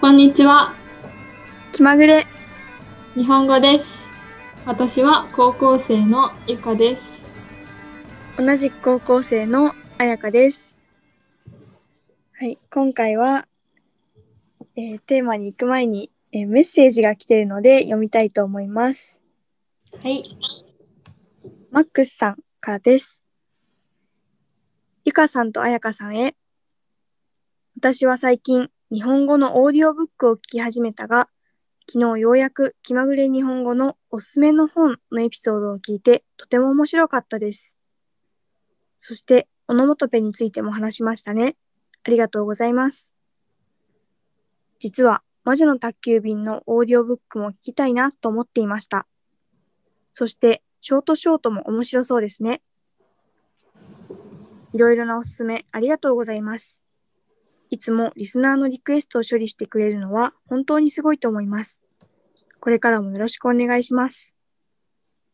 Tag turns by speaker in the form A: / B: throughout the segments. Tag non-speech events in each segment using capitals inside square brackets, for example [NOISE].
A: こんにちは。
B: 気まぐれ
A: 日本語です。私は高校生のゆかです。
B: 同じく高校生のあやかです。はい、今回は、えーテーマに行く前に、えーメッセージが来ているので読みたいと思います。
A: はい。
B: マックスさんからです。ゆかさんとあやかさんへ。私は最近、日本語のオーディオブックを聞き始めたが、昨日ようやく気まぐれ日本語のおすすめの本のエピソードを聞いて、とても面白かったです。そして、オノマトペについても話しましたね。ありがとうございます。実は、魔女の宅急便のオーディオブックも聞きたいなと思っていました。そして、ショートショートも面白そうですね。いろいろなおすすめありがとうございます。いつもリスナーのリクエストを処理してくれるのは本当にすごいと思います。これからもよろしくお願いします。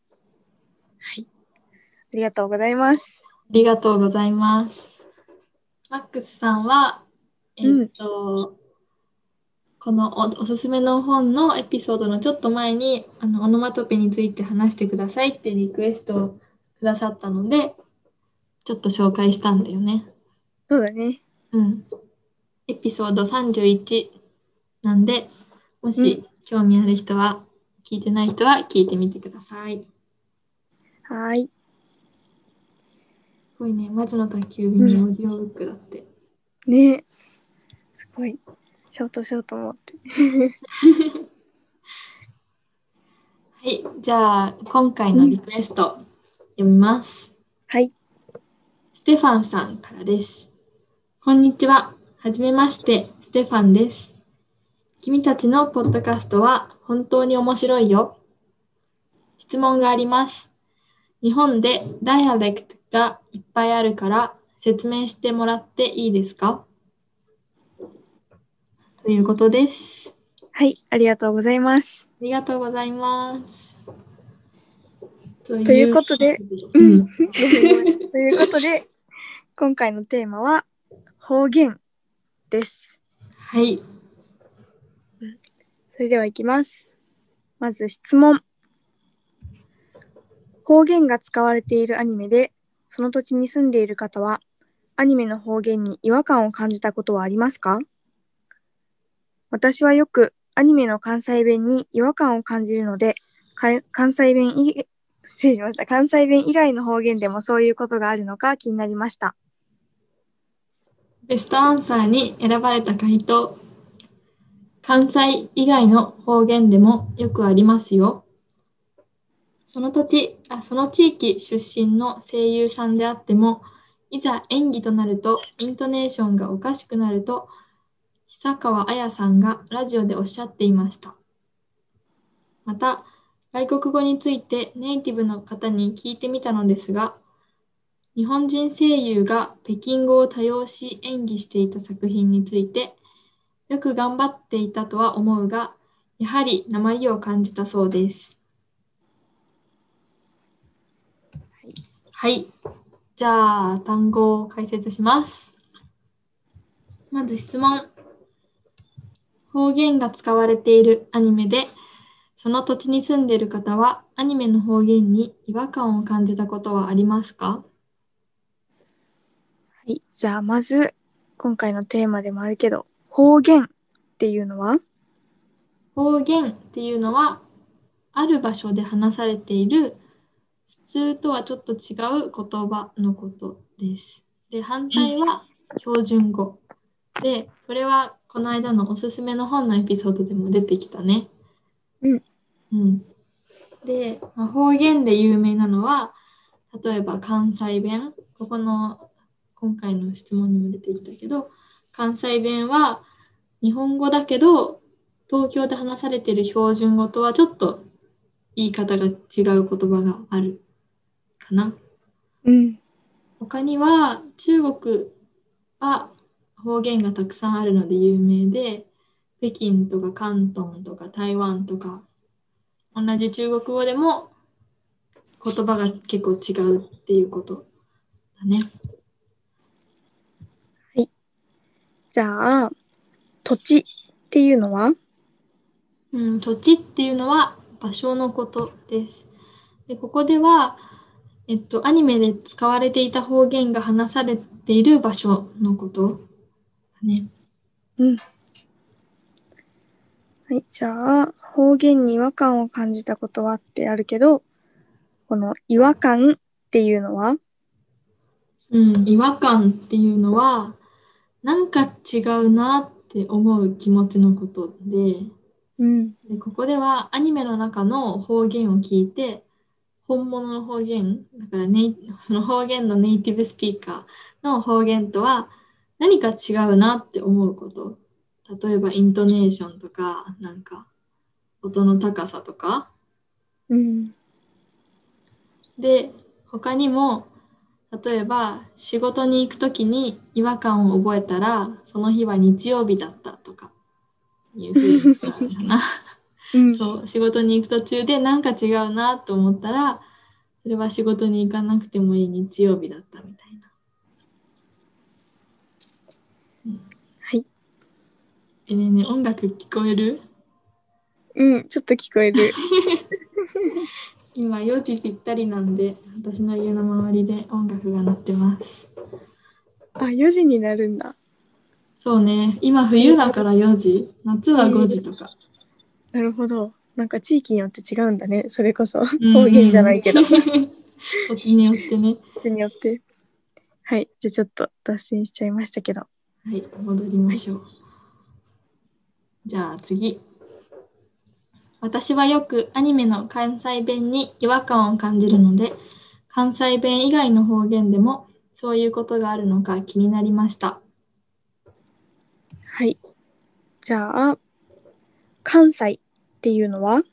B: はい。ありがとうございます。
A: ありがとうございます。マックスさんは、え
B: うん
A: っと、このおおすすめの本のエピソードのちょっと前にあのオノマトペについて話してくださいってリクエストをくださったので、ちょっと紹介したんだよね。
B: そうだね。
A: うん。エピソード31なんで、も
B: う
A: し興味ある人は、聞いてない人は聞いてみてください。す
B: はーい。
A: ごいね、魔女の宅急便のオーディオブックだって。
B: ねすごい。ショートショートもって。
A: はい、じゃあ今回のリクエスト、読みます。
B: はい。
A: ステファンさんからです。こんにちは。はじめまして、ステファンです。君たちのポッドキャストは本当に面白いよ。質問があります。日本でダイアレクトがいっぱいあるから説明してもらっていいですかということです。
B: はい。ありがとうございます。
A: ありがとうございます。と
B: ということ
A: い
B: で
A: うことで、うん、
B: ごめんごめんということで、今回のテーマは方言です。
A: はい、
B: それではいきます。まず質問。方言が使われているアニメで、その土地に住んでいる方は、アニメの方言に違和感を感じたことはありますか私はよくアニメの関西弁に違和感を感じるので、か関西弁以失礼しました。関西弁以外の方言でもそういうことがあるのか気になりました。
A: ベストアンサーに選ばれた回答。関西以外の方言でもよくありますよ。その土地、あその地域出身の声優さんであっても、いざ演技となると、イントネーションがおかしくなると、久川綾さんがラジオでおっしゃっていました。また、外国語についてネイティブの方に聞いてみたのですが、日本人声優が北京語を多用し演技していた作品についてよく頑張っていたとは思うがやはり鉛を感じたそうですはいじゃあ単語を解説しますまず質問方言が使われているアニメでその土地に住んでいる方はアニメの方言に違和感を感じたことはありますか
B: はい。じゃあ、まず、今回のテーマでもあるけど、方言っていうのは
A: 方言っていうのはある場所で話されている普通とはちょっと違う言葉のことです。で反対は標準語。でこれはこの間のおすすめの本のエピソードでも出てきたね。
B: うん。
A: うん、で、まあ方言で有名なのは例えば関西弁ここの今回の質問にも出てきたけど関西弁は日本語だけど東京で話されている標準語とはちょっと言い方が違う言葉があるかな。
B: うん。
A: 他には中国は方言がたくさんあるので有名で北京とか広東とか台湾とか同じ中国語でも言葉が結構違うっていうことだね。
B: じゃあ、土地っていうのは
A: うん、土地っていうのは場所のことです。でここでは、えっと、アニメで使われていた方言が話されている場所のこと。ね、
B: はい、じゃあ方言に違和感を感じたことはってあるけどこの違和感っていうのは
A: うん、違和感っていうのは、なんか違うなって思う気持ちのことで、
B: うん
A: でここではアニメの中の方言を聞いて本物の方言だからネイその方言のネイティブスピーカーの方言とは何か違うなって思うこと例えばイントネーションとかなんか音の高さとか
B: うん
A: で他にも例えば仕事に行く時に違和感を覚えたらその日は日曜日だったとかいうふうに使うじゃない。
B: うん
A: そう仕事に行く途中でなんか違うなと思ったらそれは仕事に行かなくてもいい日曜日だったみたいな。うん
B: はい。
A: えねえねえ音楽聞こえる
B: うんちょっと聞こえる
A: 今4時ぴったりなんで私の家の周りで音楽が鳴ってます。
B: [LAUGHS] あ4時になるんだ
A: そうね今冬だから4時夏は5時とか。
B: なるほどなんか地域によって違うんだねそれこそ
A: うん
B: 方言じゃない
A: [LAUGHS]
B: け [LAUGHS] ど
A: 土地によってね。
B: 人によってはいじゃあちょっと脱線しちゃいましたけど
A: はい、戻りましょう。じゃあ次。私はよくアニメの関西弁に違和感を感じるので、関西弁以外の方言でもそういうことがあるのか気になりました。
B: はいじゃあ関西っていうのは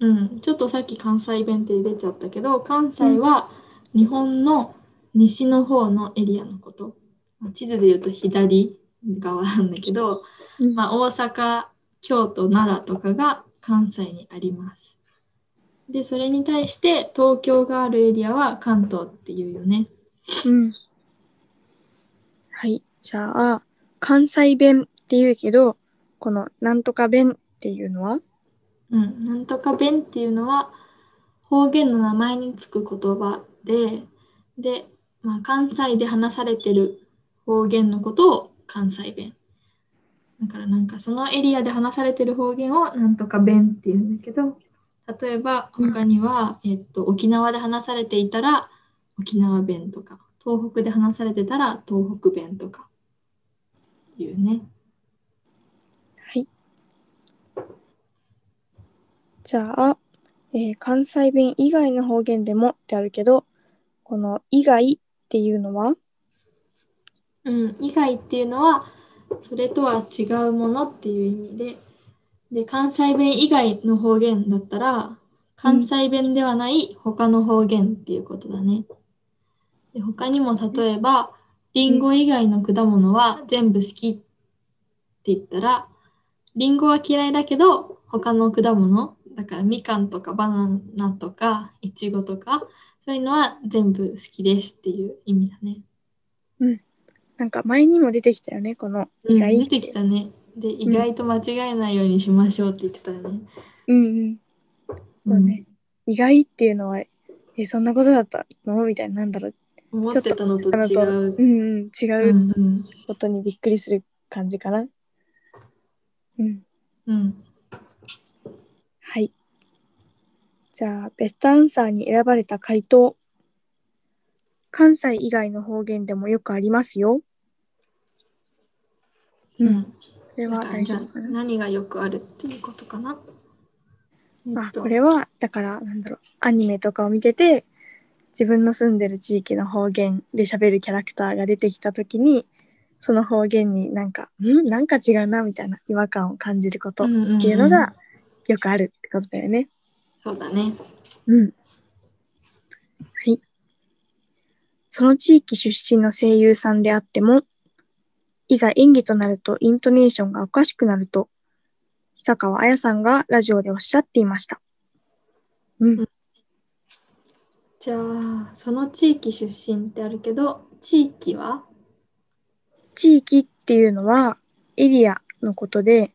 A: うん、ちょっとさっき関西弁って出ちゃったけど、関西は日本の西の方のエリアのこと。まあ地図で言うと左側なんだけど、まあ、大阪京都奈良とかが関西にありますでそれに対して東京があるエリアは関東っていうよね
B: うん。はい。じゃあ、関西弁って言うけど、このなんとか弁っていうのは
A: うんなんとか弁っていうのは方言の名前につく言葉でで、まあ、関西で話されてる方言のことを関西弁だからなんかそのエリアで話されてる方言をなんとか弁っていうんだけど例えば他には、えっと、沖縄で話されていたら沖縄弁とか東北で話されてたら東北弁とかいうね。
B: はい。じゃあ、えー関西弁以外の方言でもってあるけど、この以外っていうのは
A: うん、以外っていうのはそれとは違うものっていう意味でで関西弁以外の方言だったら関西弁ではない他の方言っていうことだね。で他にも例えばリンゴ以外の果物は全部好きって言ったらリンゴは嫌いだけど他の果物だからみかんとかバナナとかいちごとかそういうのは全部好きですっていう意味だね。
B: なんか前にも出てきたよね、この
A: う
B: 以
A: ん
B: 外
A: 出てきたね。で、意外と間違えないようにしましょうって言ってたね。
B: うんうん。そうね。意外っていうのは、えそんなことだったのみたいな、なんだろう。
A: うん思ってたのと
B: あの
A: 違
B: と、
A: う
B: う。んうん、違う
A: うんうん
B: ことにびっくりする感じかな。うん。
A: うん
B: はい。じゃあ、ベストアンサーに選ばれた回答。関西以外の方言でもよくありますよ。
A: う
B: うんん。これ
A: だ
B: は
A: から
B: 大
A: じ
B: 丈
A: ゃあ
B: 夫かな。
A: 何がよくあるっていうことかな。え
B: あ
A: っ、と
B: これは、だから、なんだろう、アニメとかを見てて、自分の住んでる地域の方言で喋るキャラクターが出てきたときに、その方言になんか、んなんか違うな、みたいな違和感を感じること。
A: んんん
B: っていうのがよくあるってことだよね。
A: そうだね。
B: うん。はい。その地域出身の声優さんであっても、いざ演技となるとイントネーションがおかしくなると、久川綾さんがラジオでおっしゃっていました。うん。
A: じゃあその地域出身ってあるけど地域は
B: 地域っていうのはエリアのことで、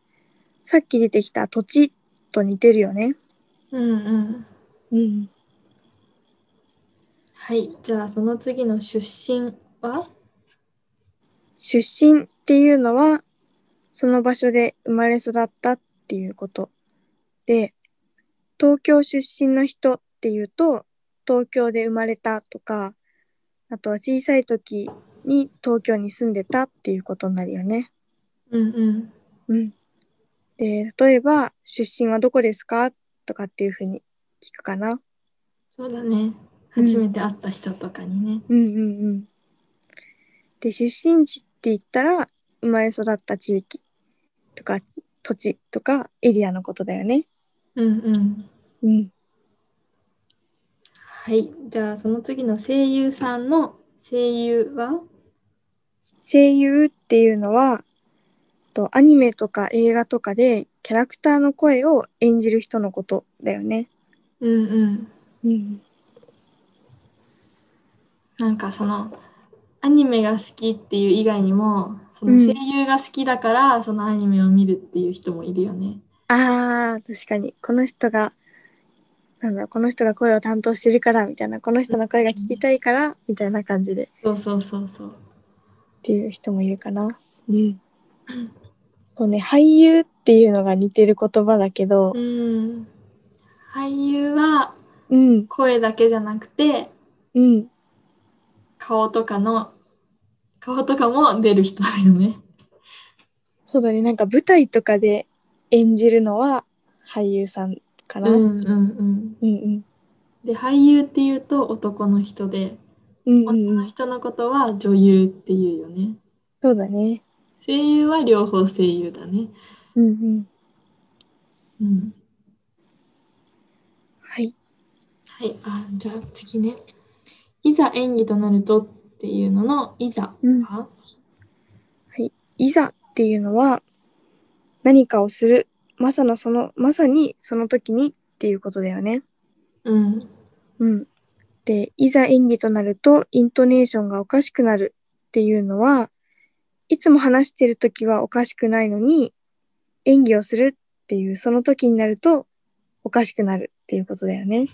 B: さっき出てきた土地と似てるよね。
A: うんうん。
B: うん。
A: はい。じゃあ、その次の出身は
B: 出身っていうのはその場所で生まれ育ったっていうことで東京出身の人っていうと東京で生まれたとかあとは小さい時に東京に住んでたっていうことになるよね。
A: うんうん。
B: うん、で例えば「出身はどこですか?」とかっていうふうに聞くかな。
A: そうだね。
B: うん
A: 初めて会った人とかにね。
B: うんうんうん。で出身地って言ったら生まれ育った地域とか土地とかエリアのことだよね。
A: うんうん。
B: うん。
A: はい。じゃあ、その次の声優さんの声優は
B: 声優っていうのはとアニメとか映画とかでキャラクターの声を演じる人のことだよね。
A: うんうん。
B: うん。
A: なんかそのアニメが好きっていう以外にもその
B: うん
A: 声優が好きだからそのアニメを見るっていう人もいるよね。
B: あー確かにこの人がなんだろうこの人が声を担当してるからみたいなこの人の声が聞きたいからみたいな感じで
A: そうそうそうそう。
B: っていう人もいるかな。うん。そうね、俳優っていうのが似てる言葉だけど、
A: うん。俳優は
B: うん、
A: 声だけじゃなくて
B: うん、
A: 顔とかの顔とかも出る人だよね。
B: そうだね、なんか舞台とかで演じるのは俳優さん
A: う
B: かな。
A: んうんうん。
B: うん、うん、
A: で俳優っていうと男の人で
B: うん、う
A: 女
B: ん、う
A: の
B: ん、
A: 人のことは女優っていうよね。
B: そうだね。
A: 声優は両方声優だね。
B: うん、うん、
A: うん。
B: はい。
A: はい、あじゃあ次ね。いざ演技となるとっていうののいざ
B: うん
A: は、
B: いざっていうのは何かをする、まさのそのまさにその時にっていうことだよね。
A: うん、
B: うん。で、いざ演技となると、イントネーションがおかしくなるっていうのは、いつも話してる時はおかしくないのに、演技をするっていう、その時になると、おかしくなるっていうことだよね。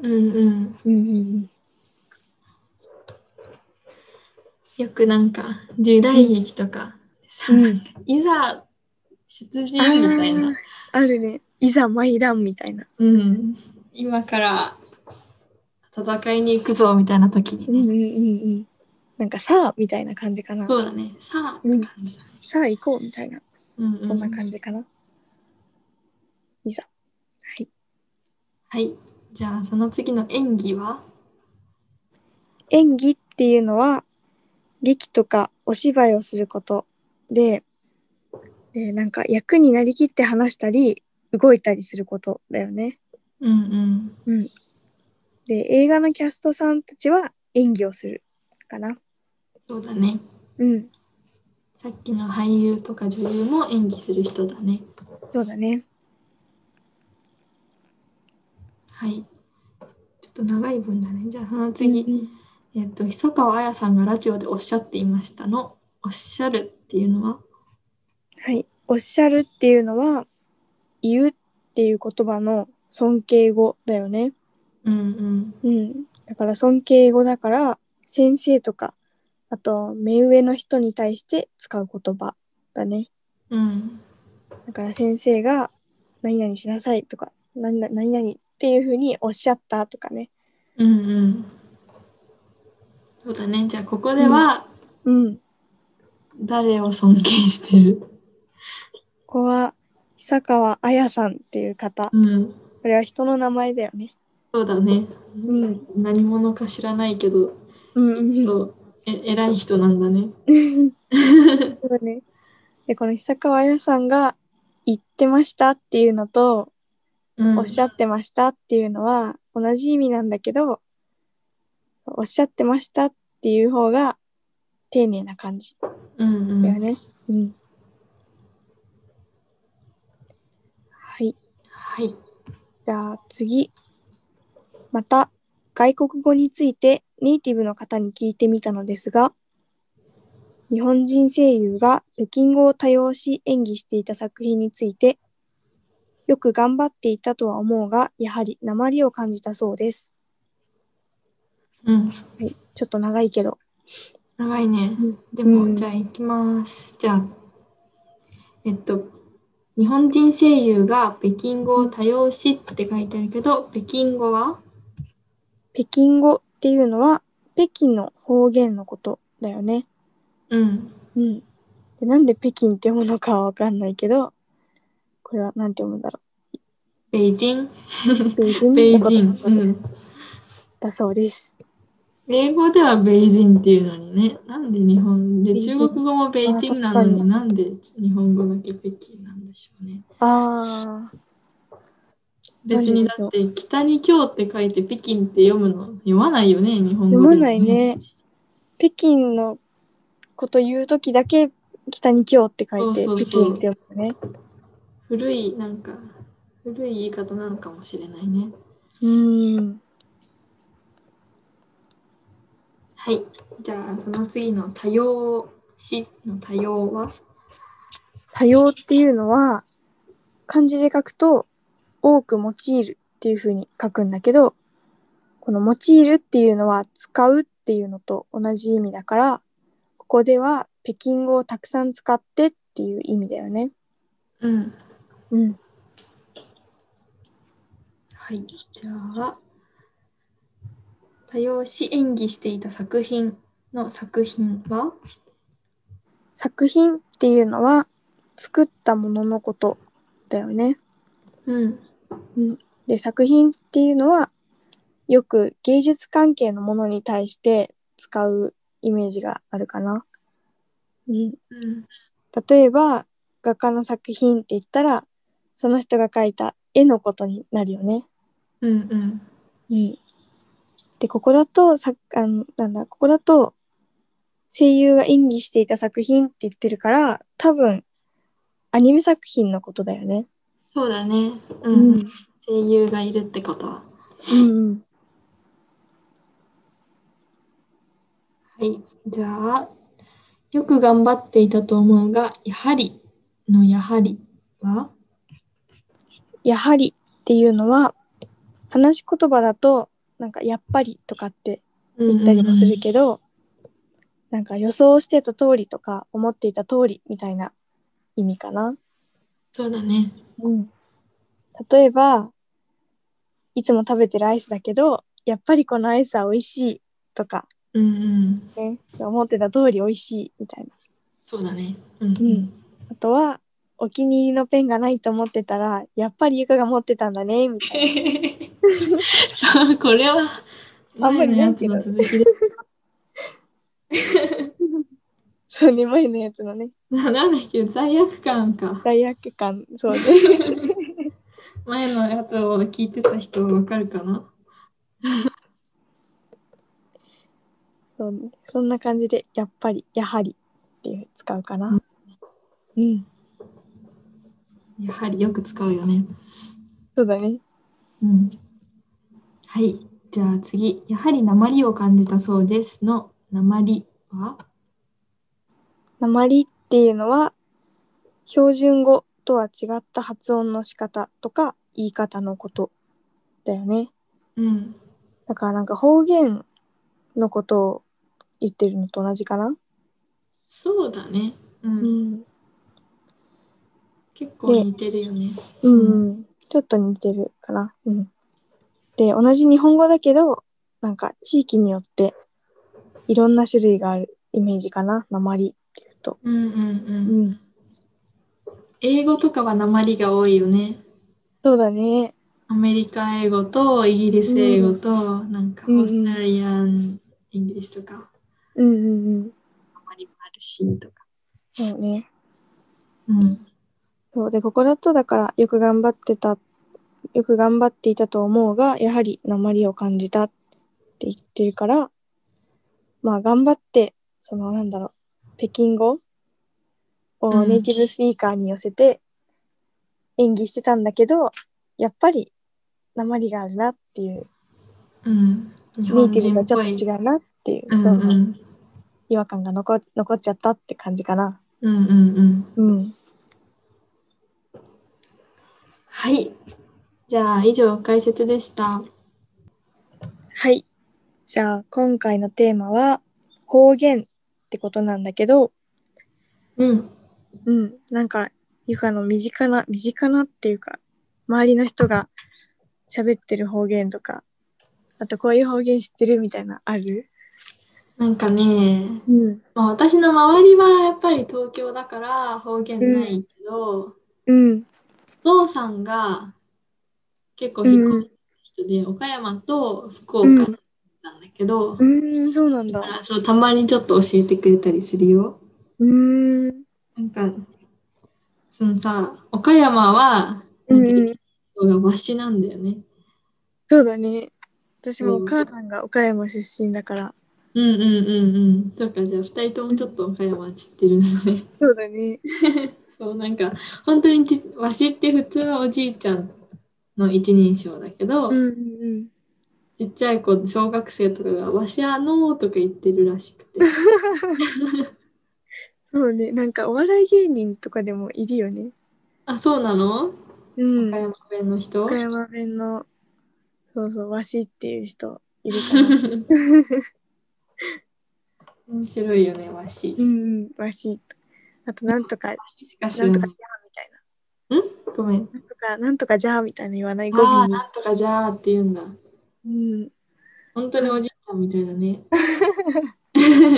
A: うん、うん。
B: うんうん
A: よくなんか時代劇とか、さ
B: うんうん
A: いざ出陣みたいな、
B: あるね。いざ参らんみたいな。
A: うん、今から戦いに行くぞみたいな時に
B: うんうん
A: ね、
B: うんうん。なんかさあみたいな感じかな。
A: そうだね、さあって
B: うん
A: 感じだね。
B: さあ行こうみたいな。
A: うんうん
B: そんな感じかな。いざ。はい。
A: はい、じゃあその次の演技は
B: 演技っていうのは劇とかお芝居をすることで、えーなんか役になりきって話したり動いたりすることだよね。
A: うん
B: で映画のキャストさんたちは演技をするかな。
A: うん、そうだね。
B: うん
A: さっきの俳優とか女優も演技する人だね。
B: そうだね。
A: はい。ちょっと長い文だね。じゃあその次、えっと、久川綾さんがラジオでおっしゃっていましたの、おっしゃるっていうのは、
B: はい。おっしゃるっていうのは言うっていう言葉の尊敬語だよね。
A: うん
B: うん、だから尊敬語だから先生とかあと目上の人に対して使う言葉だね
A: うん、うん、
B: だから先生が「何々しなさい」とか「何々何々」っていうふうにおっしゃったとかね
A: うん、うん。そうだね。じゃあここでは、
B: うん
A: 誰を尊敬してる、
B: ここは久川綾さんっていう方
A: うん、
B: これは人の名前だよね
A: そうだね。
B: うん
A: 何者か知らないけど、
B: うんうんそ
A: そうえ偉い人なんだね。
B: うだねでこの久川綾さんが言ってましたっていうのと
A: うん
B: おっしゃってましたっていうのは同じ意味なんだけど、おっしゃってましたっていう方が丁寧な感じ
A: うんう
B: だよ
A: ん、
B: ね。うん。はい。
A: はい。
B: じゃあ次。また、外国語についてネイティブの方に聞いてみたのですが、日本人声優が北京語を多用し演技していた作品についてよく頑張っていたとは思うが、やはり鉛を感じたそうです。
A: うん。
B: はい、ちょっと長いけど。
A: 長いね。で
B: う
A: も、
B: ん
A: じゃあ行きます。じゃあ、えっと、日本人声優が北京語を多用しって書いてあるけど、北京語は
B: 北京語っていうのは、北京の方言のことだよね。
A: うん。
B: うん。で、なんで北京って読むのかはわかんないけど、これはなんて読むんだろ
A: 北京。 [LAUGHS]
B: う。北京
A: 北
B: の
A: 京。
B: こと
A: う
B: です
A: ん。
B: だそうです。
A: 英語では北京っていうのにね、なんで日本で、
B: 北
A: 中
B: 京
A: 国語も北京なの
B: あ確か
A: に
B: に
A: なんで日本語だけ北京なんでしょうね。
B: ああ、
A: 別にだって北に京って書いて北京って読むの読まないよね、日本語
B: 読
A: でも
B: まない。ね。北京のこと言うときだけ、北に京って書いて、
A: そうそうそ
B: 北
A: う
B: 京って読むね。
A: 古い、なんか、古い言い方なのかもしれないね。
B: うん。
A: はい。じゃあ、その次の多様詞の多様は
B: 多様っていうのは漢字で書くと多く用いるっていうふうに書くんだけどこの用いるっていうのは使うっていうのと同じ意味だからここでは北京語をたくさん使ってっていう意味だよね。
A: うん。
B: うん。
A: はい。じゃあ、多様詞演技していた作品の作品は
B: 作品っていうのは作ったもののことだよね。
A: うん。
B: で作品っていうのはよく芸術関係のものに対して使うイメージがあるかな。うん。
A: うん。
B: 例えば画家の作品って言ったらその人が描いた絵のことになるよね。
A: うんうん。
B: うん、でここだとさあのなんだここだと声優が演技していた作品って言ってるから多分アニメ作品のことだよね。
A: そうだね。う。
B: うんん
A: 声優がいるってことは。
B: うんうん、
A: はい。じゃあ、よく頑張っていたと思うが、やはりのやはりは
B: やはりっていうのは話し言葉だとなんかやっぱりとかって言ったりもするけど、なんか予想してた通りとか思っていた通りみたいな意味かな。
A: そうだね。
B: うん、例えばいつも食べてるアイスだけどやっぱりこのアイスは美味しいとか、
A: うんうん。
B: ね、思ってた通り美味しいみたいな。
A: そうだね。うん
B: うんあとはお気に入りのペンがないと思ってたらやっぱりゆかが持ってたんだねみたいな。
A: さあ、これは、
B: あんまりないけど
A: 前のやつの続きです。
B: そうね前のやつのね
A: ななんだっけ、罪悪感か。
B: 罪悪感そう [LAUGHS] ね。
A: 前のやつを聞いてた人わかるかな
B: そうね。そんな感じで、やっぱり、やはりっていう使うかな。うん。
A: やはりよく使うよね。
B: そうだね。
A: うん。はい。じゃあ次、やはり鉛を感じたそうですの鉛は
B: 鉛っていうのは、標準語とは違った発音の仕方とか言い方のことだよね。
A: うん。
B: だからなんか方言のことを言ってるのと同じかな。
A: そうだね。うん。
B: ん。
A: 結構似てるよね。
B: うん、ちょっと似てるかな。うん。で、同じ日本語だけど、なんか地域によっていろんな種類があるイメージかな。鉛っていうと。
A: うんうんうん。
B: うん。
A: 英語とかは鉛が多いよね。
B: そうだね。
A: アメリカ英語とイギリス英語と、なんかオ
B: うんうん
A: ーストラリアン・イングリッシュとか、
B: うんうんうん。
A: 鉛もあるしとか。
B: そうね。
A: うん。
B: そうで、ここだとだから、よく頑張ってた、よく頑張っていたと思うが、やはり鉛を感じたって言ってるから、まあ頑張って、そのなんだろう、北京語
A: う
B: を
A: ん
B: ネイティブスピーカーに寄せて演技してたんだけど、やっぱり鉛があるなっていう、
A: うん。日
B: ネイ
A: 本
B: ティブ
A: 人
B: が
A: っ
B: ちょっ
A: ぽ
B: と
A: い。
B: 違うなっていう、
A: うんう。
B: そうん違和感が残残っちゃったって感じかな。
A: うんうんうん。
B: うん。
A: はい。じゃあ、以上、解説でした。
B: はい。じゃあ今回のテーマは方言ってことなんだけど、
A: うん。
B: うん、なんかゆかの身近な身近なっていうか周りの人が喋ってる方言とかあとこういう方言知ってるみたいなある
A: なんかね、
B: うん
A: まあ、私の周りはやっぱり東京だから方言ないけど、
B: うん
A: お父さんが結構引っ越した人で、岡山と福岡なんだけど、
B: うーんそうなんだ
A: あそうたまにちょっと教えてくれたりするよ。
B: うーん
A: なんかそのさ岡山は
B: う
A: なんんか
B: うん
A: 人がわしなんだよね。
B: そうだね私も
A: うん
B: お母さんが岡山出身だから
A: うんうんうんうん。そうかじゃあ2人ともちょっと岡山知ってるのね。 [LAUGHS]
B: そうだね
A: そうなんか本当にちわしって普通はおじいちゃんの一人称だけど、
B: うんうん
A: ちっちゃい子小学生とかが「わしあのー」とか言ってるらし
B: [LAUGHS]
A: くて
B: そうねなんかお笑い芸人とかでもいるよね
A: あそうなの
B: うん
A: 岡山弁の人
B: 岡山弁のそうそうわしっていう人いるから [LAUGHS]
A: [LAUGHS] 面白いよね、わし。
B: うんうん、わし。あと、なんとか、
A: わししか知
B: な
A: ら
B: んとか
A: な
B: じゃ
A: い。
B: あみたい
A: ごめん。
B: な。なんとか、なんとかじゃあみたいな言わない語
A: あ
B: 尾
A: あ、
B: に。
A: なんとかじゃあって言うんだ。
B: うん、
A: 本当におじいちゃんみたいだ [LAUGHS] ね。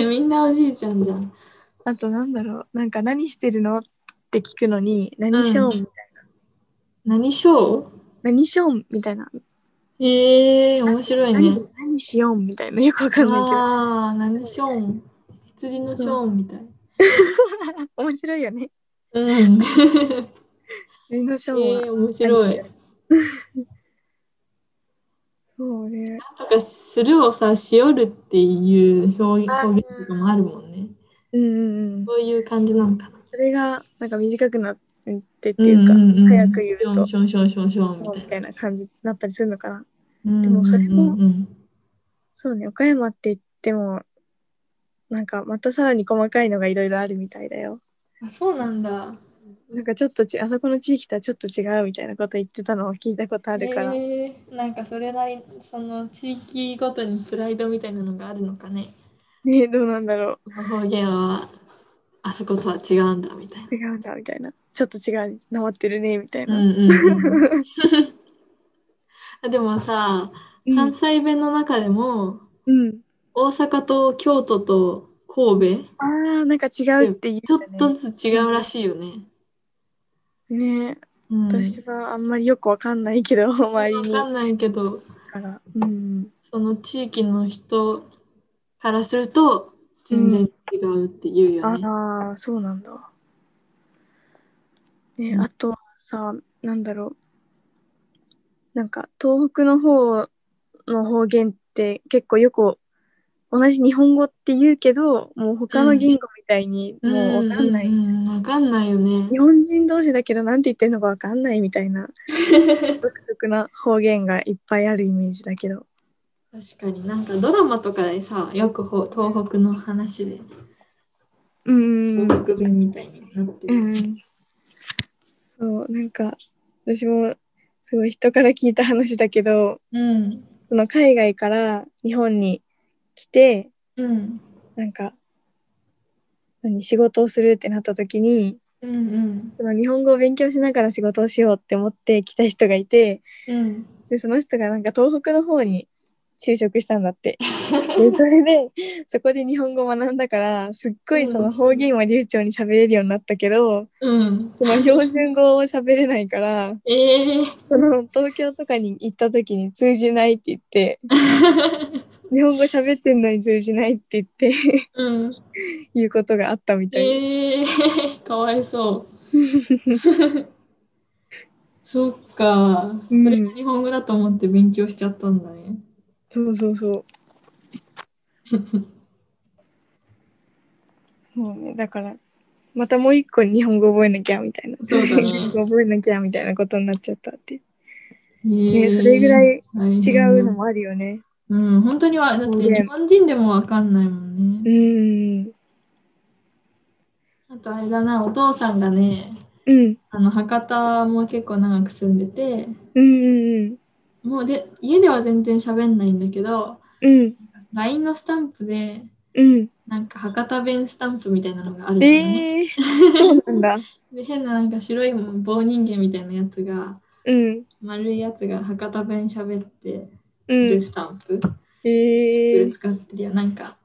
A: みんなおじいちゃんじゃん。
B: あと、なんだろう、なんか何してるのって聞くのに、何しょん、
A: うん何しょう
B: 何しょんみたいな。
A: ええー、面白いね。
B: 何何しよんみたいな。よくわかんないけど。
A: ああ、何しょん羊のしょんみたい。
B: 面白いよね。
A: うん。
B: 何のし
A: え
B: ょんは。
A: ー、面白い。なん
B: そうね。
A: とかするをさ、しおるっていう表現表現とかもあるもんね。
B: うんうんうん。
A: そういう感じなのかな。
B: それが、なんか短くなってっていうか、
A: んんん
B: 早く言うと
A: ションションションションションみ
B: も
A: たい
B: うみ
A: な。
B: たいな感じになったりするのかな。
A: で
B: もそれも
A: うん
B: そうね、岡山って言っても、なんかまたさらに細かいのがいろいろあるみたいだよ。
A: あそうなんだ。
B: なんかちょっとち、あそこの地域とはちょっと違うみたいなこと言ってたのを聞いたことあるから。
A: えーなんかそれなりその地域ごとにプライドみたいなのがあるのかね。
B: ねえ、どうなんだろ
A: この方言はあそことは違うんだみたいな。
B: う。違うんだみたいな。ちょっと違う、なまってるねみたい
A: うんう
B: な。
A: んうん、あ [LAUGHS] でもさ
B: うん。
A: 関西弁の中でも
B: うん
A: 大阪と京都と神戸
B: ああ、なんか違うって言
A: ちょ
B: う、
A: っとずつ違うらしいよね。
B: と。ねえ、
A: うん、
B: 私はあんまりよくわかんないけど、周りに。
A: わかんないけど。
B: から。うん。
A: その地域の人からすると全然違うって言うよね。
B: ああ、そうなんだ。ね、
A: うん
B: あとはさ、なんだろう。なんか、東北の方の方言って結構よく同じ日本語って言うけど、もう他の言語みたいに
A: う
B: もうわかんない。
A: ううんわかんないよね
B: 日。本人同士だけどなんて言ってるのかわかんないみたいな独特な方言がいっぱいあるイメージだけど。
A: 確かになんかドラマとかでさよくほ東北の話で
B: うんうんうん
A: 東北弁みたいになって
B: う
A: る。
B: んそうなんか私もすごい人から聞いた話だけど
A: うん
B: その海外から日本に来て
A: うん
B: なんか何仕事をするってなった時に
A: うんうん
B: その日本語を勉強しながら仕事をしようって思って来た人がいて
A: うん。
B: でその人がなんか東北の方に就職したんだってでそれでそこで日本語を学んだからすっごいその方言は流暢に喋れるようになったけど、
A: うん、
B: その標準語を喋れないから
A: ええー。
B: その東京とかに行った時に通じないって言って日本語喋ってんのに通じないって言って
A: うん、
B: いうことがあったみたい
A: [LAUGHS]
B: な。
A: ええー、かわいそう。
B: [LAUGHS]
A: そっか。
B: うん
A: それが日本語だと思って勉強しちゃったんだね。
B: そうそ
A: [LAUGHS]
B: うそう。もうね、だからまたもう一個日本語覚えなきゃみたいな。
A: そうだね
B: 日本語覚えなきゃみたいなことになっちゃったって。
A: ね
B: ね、それぐらい違
A: 違
B: うのもあるよね。
A: うん、本当には、だって日本人でもわかんないもん
B: う
A: ね。
B: ん。
A: あとあれだな、お父さんがね、
B: うん。
A: あの博多も結構長く住んでて
B: うんうん
A: もうで家では全然喋んないんだけど
B: うん。うん
A: LINE のスタンプで
B: うん。
A: なんか博多弁スタンプみたいなのがあるのね、
B: ええー。そうなんだ。
A: で変ななんか白い棒人間みたいなやつが
B: うん。
A: 丸いやつが博多弁喋って
B: う
A: る
B: ん。
A: スタンプ
B: ええー。
A: 使ってるよ、なんか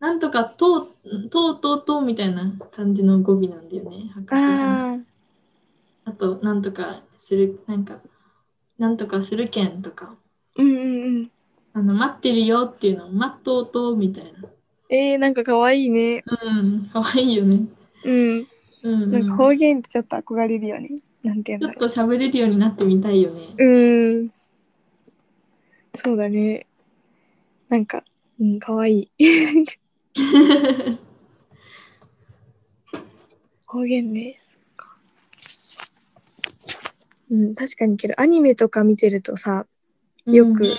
A: なんとかとうとうとうとうみたいな感じの語尾なんだよね博多弁
B: ああ。
A: あとなんとかするなんかなんとかするけんとか
B: うんうんうん。
A: あの待ってるよっていうのを待っとうとうみたいな
B: ええー、なんか可愛いね。
A: うんかわいいよね
B: うん。
A: うん,、うん、
B: なんか方言ってちょっと憧れるよね。なんて言うん
A: ちょ
B: だ
A: っ
B: ろ
A: と喋れるようになってみたいよね
B: う。うん。そうだね。なんか、うん、可愛い。
A: [LAUGHS]
B: 方言ね。そっか。うん、確かにけど、アニメとか見てるとさ、よく
A: うん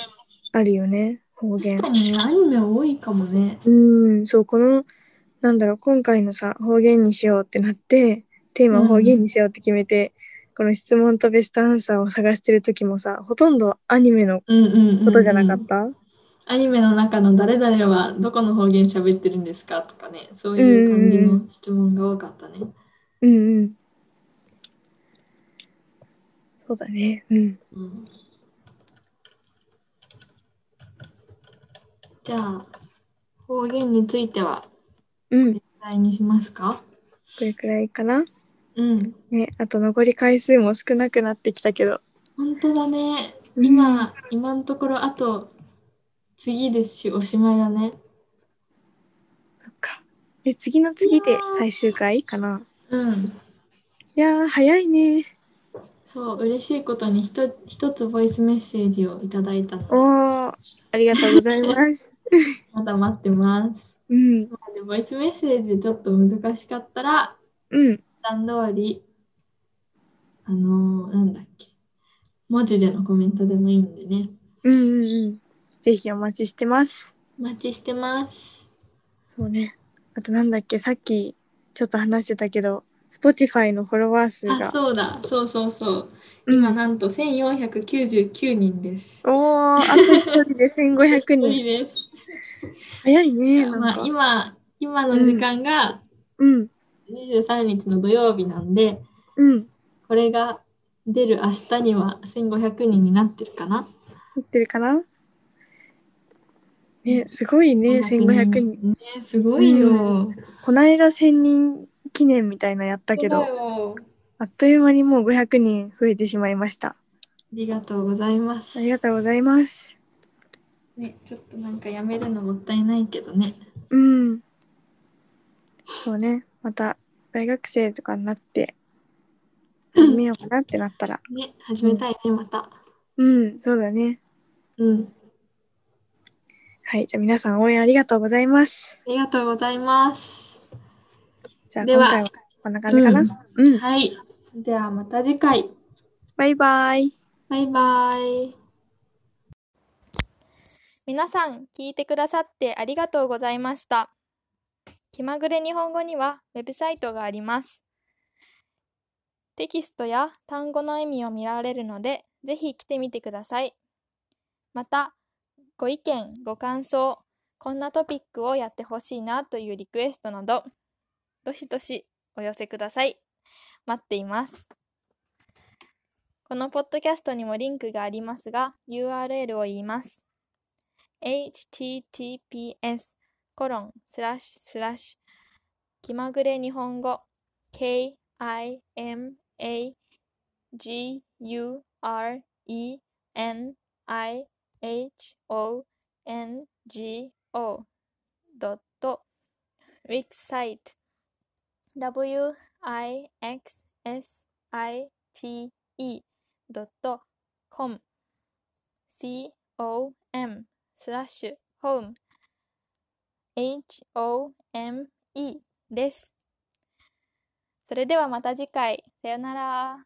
B: あるよね、方言
A: 確。かにねアニメ多いかもね
B: うん、そう、この、なんだろう、今回のさ、方言にしようってなって、テーマを方言にしようって決めて、この質問とベストアンサーを探してる時もさ、ほとんどアニメの
A: うんうんうんうん
B: ことじゃなかった、
A: アニメの中の誰々はどこの方言喋ってるんですかとかねそういう感じの質問が多かったね、
B: うんうん。そうだね。うん。
A: うんじゃあ方言については
B: うん。こ
A: 次第にしますか
B: れくらいかな。
A: うん
B: ね、あと残り回数も少なくなってきたけど。
A: 本当だね今、今のところあと次ですしおしまいだね
B: そっか。で、次の次で最終回かな。
A: うん
B: いやー、早いね。
A: そう嬉しいことにひと一つボイスメッセージをいただいたので
B: おー、ありがとうござい
A: [LAUGHS]
B: ます。
A: まだ待ってます
B: うん。
A: でボイスメッセージちょっと難しかったら、
B: うん。
A: 普段通り、あのーなんだっけ、文字でのコメントでもいいんでね、
B: うんうんうん。ぜひお待ちしてます。
A: お待ちしてます。
B: そうね。あとなんだっけ、さっきちょっと話してたけど、Spotify のフォロワー数
A: あ、
B: が。
A: そうだ、そうそうそう。
B: うん
A: 今、なんと1499人です。
B: おー、あと一人で1500
A: 無 [LAUGHS]
B: 人
A: 理。です。
B: 早いね、なん
A: ま
B: か
A: あ、。今、今の時間が
B: うん、
A: 23日の土曜日なんで、
B: うん、
A: これが出る明日には1500人になってるかな。
B: 入ってるかなね、すごいね、1500人。。
A: ね、すごいよ。
B: こないだ1000人記念みたいなやったけ
A: そうだ
B: ど、
A: よ
B: あっという間にもう500人増えてしまいました。
A: ありがとうございます。
B: ありがとうございます。
A: ね、ちょっとなんかやめるのもったいないけどね。
B: うん。そうね、また大学生とかになって、始めようかなってなったら。
A: ね、始めたいね、また。
B: うん、そうだね。
A: うん。
B: はい、じゃあ皆さん応援ありがとうございます
A: あ。りがとうございます。
B: じゃあ
A: では
B: 今回はこんな感じかな。うん、
A: はい。ではまた次回。
B: バイバイ。
A: バイバイ。
C: 皆さん聞いてくださってありがとうございました。気まぐれ日本語にはウェブサイトがあります。テキストや単語の意味を見られるので、ぜひ来てみてください。また、ご意見、ご感想、こんなトピックをやってほしいなというリクエストなど、どしどしお寄せください。待っています。このポッドキャストにもリンクがありますが、URL を言います。https コロンスラッシュスラッシュ気まぐれ日本語 kimagurenichongo.wixsite wixsite.com com スラッシュホーム HOME です。それではまた次回。さよなら。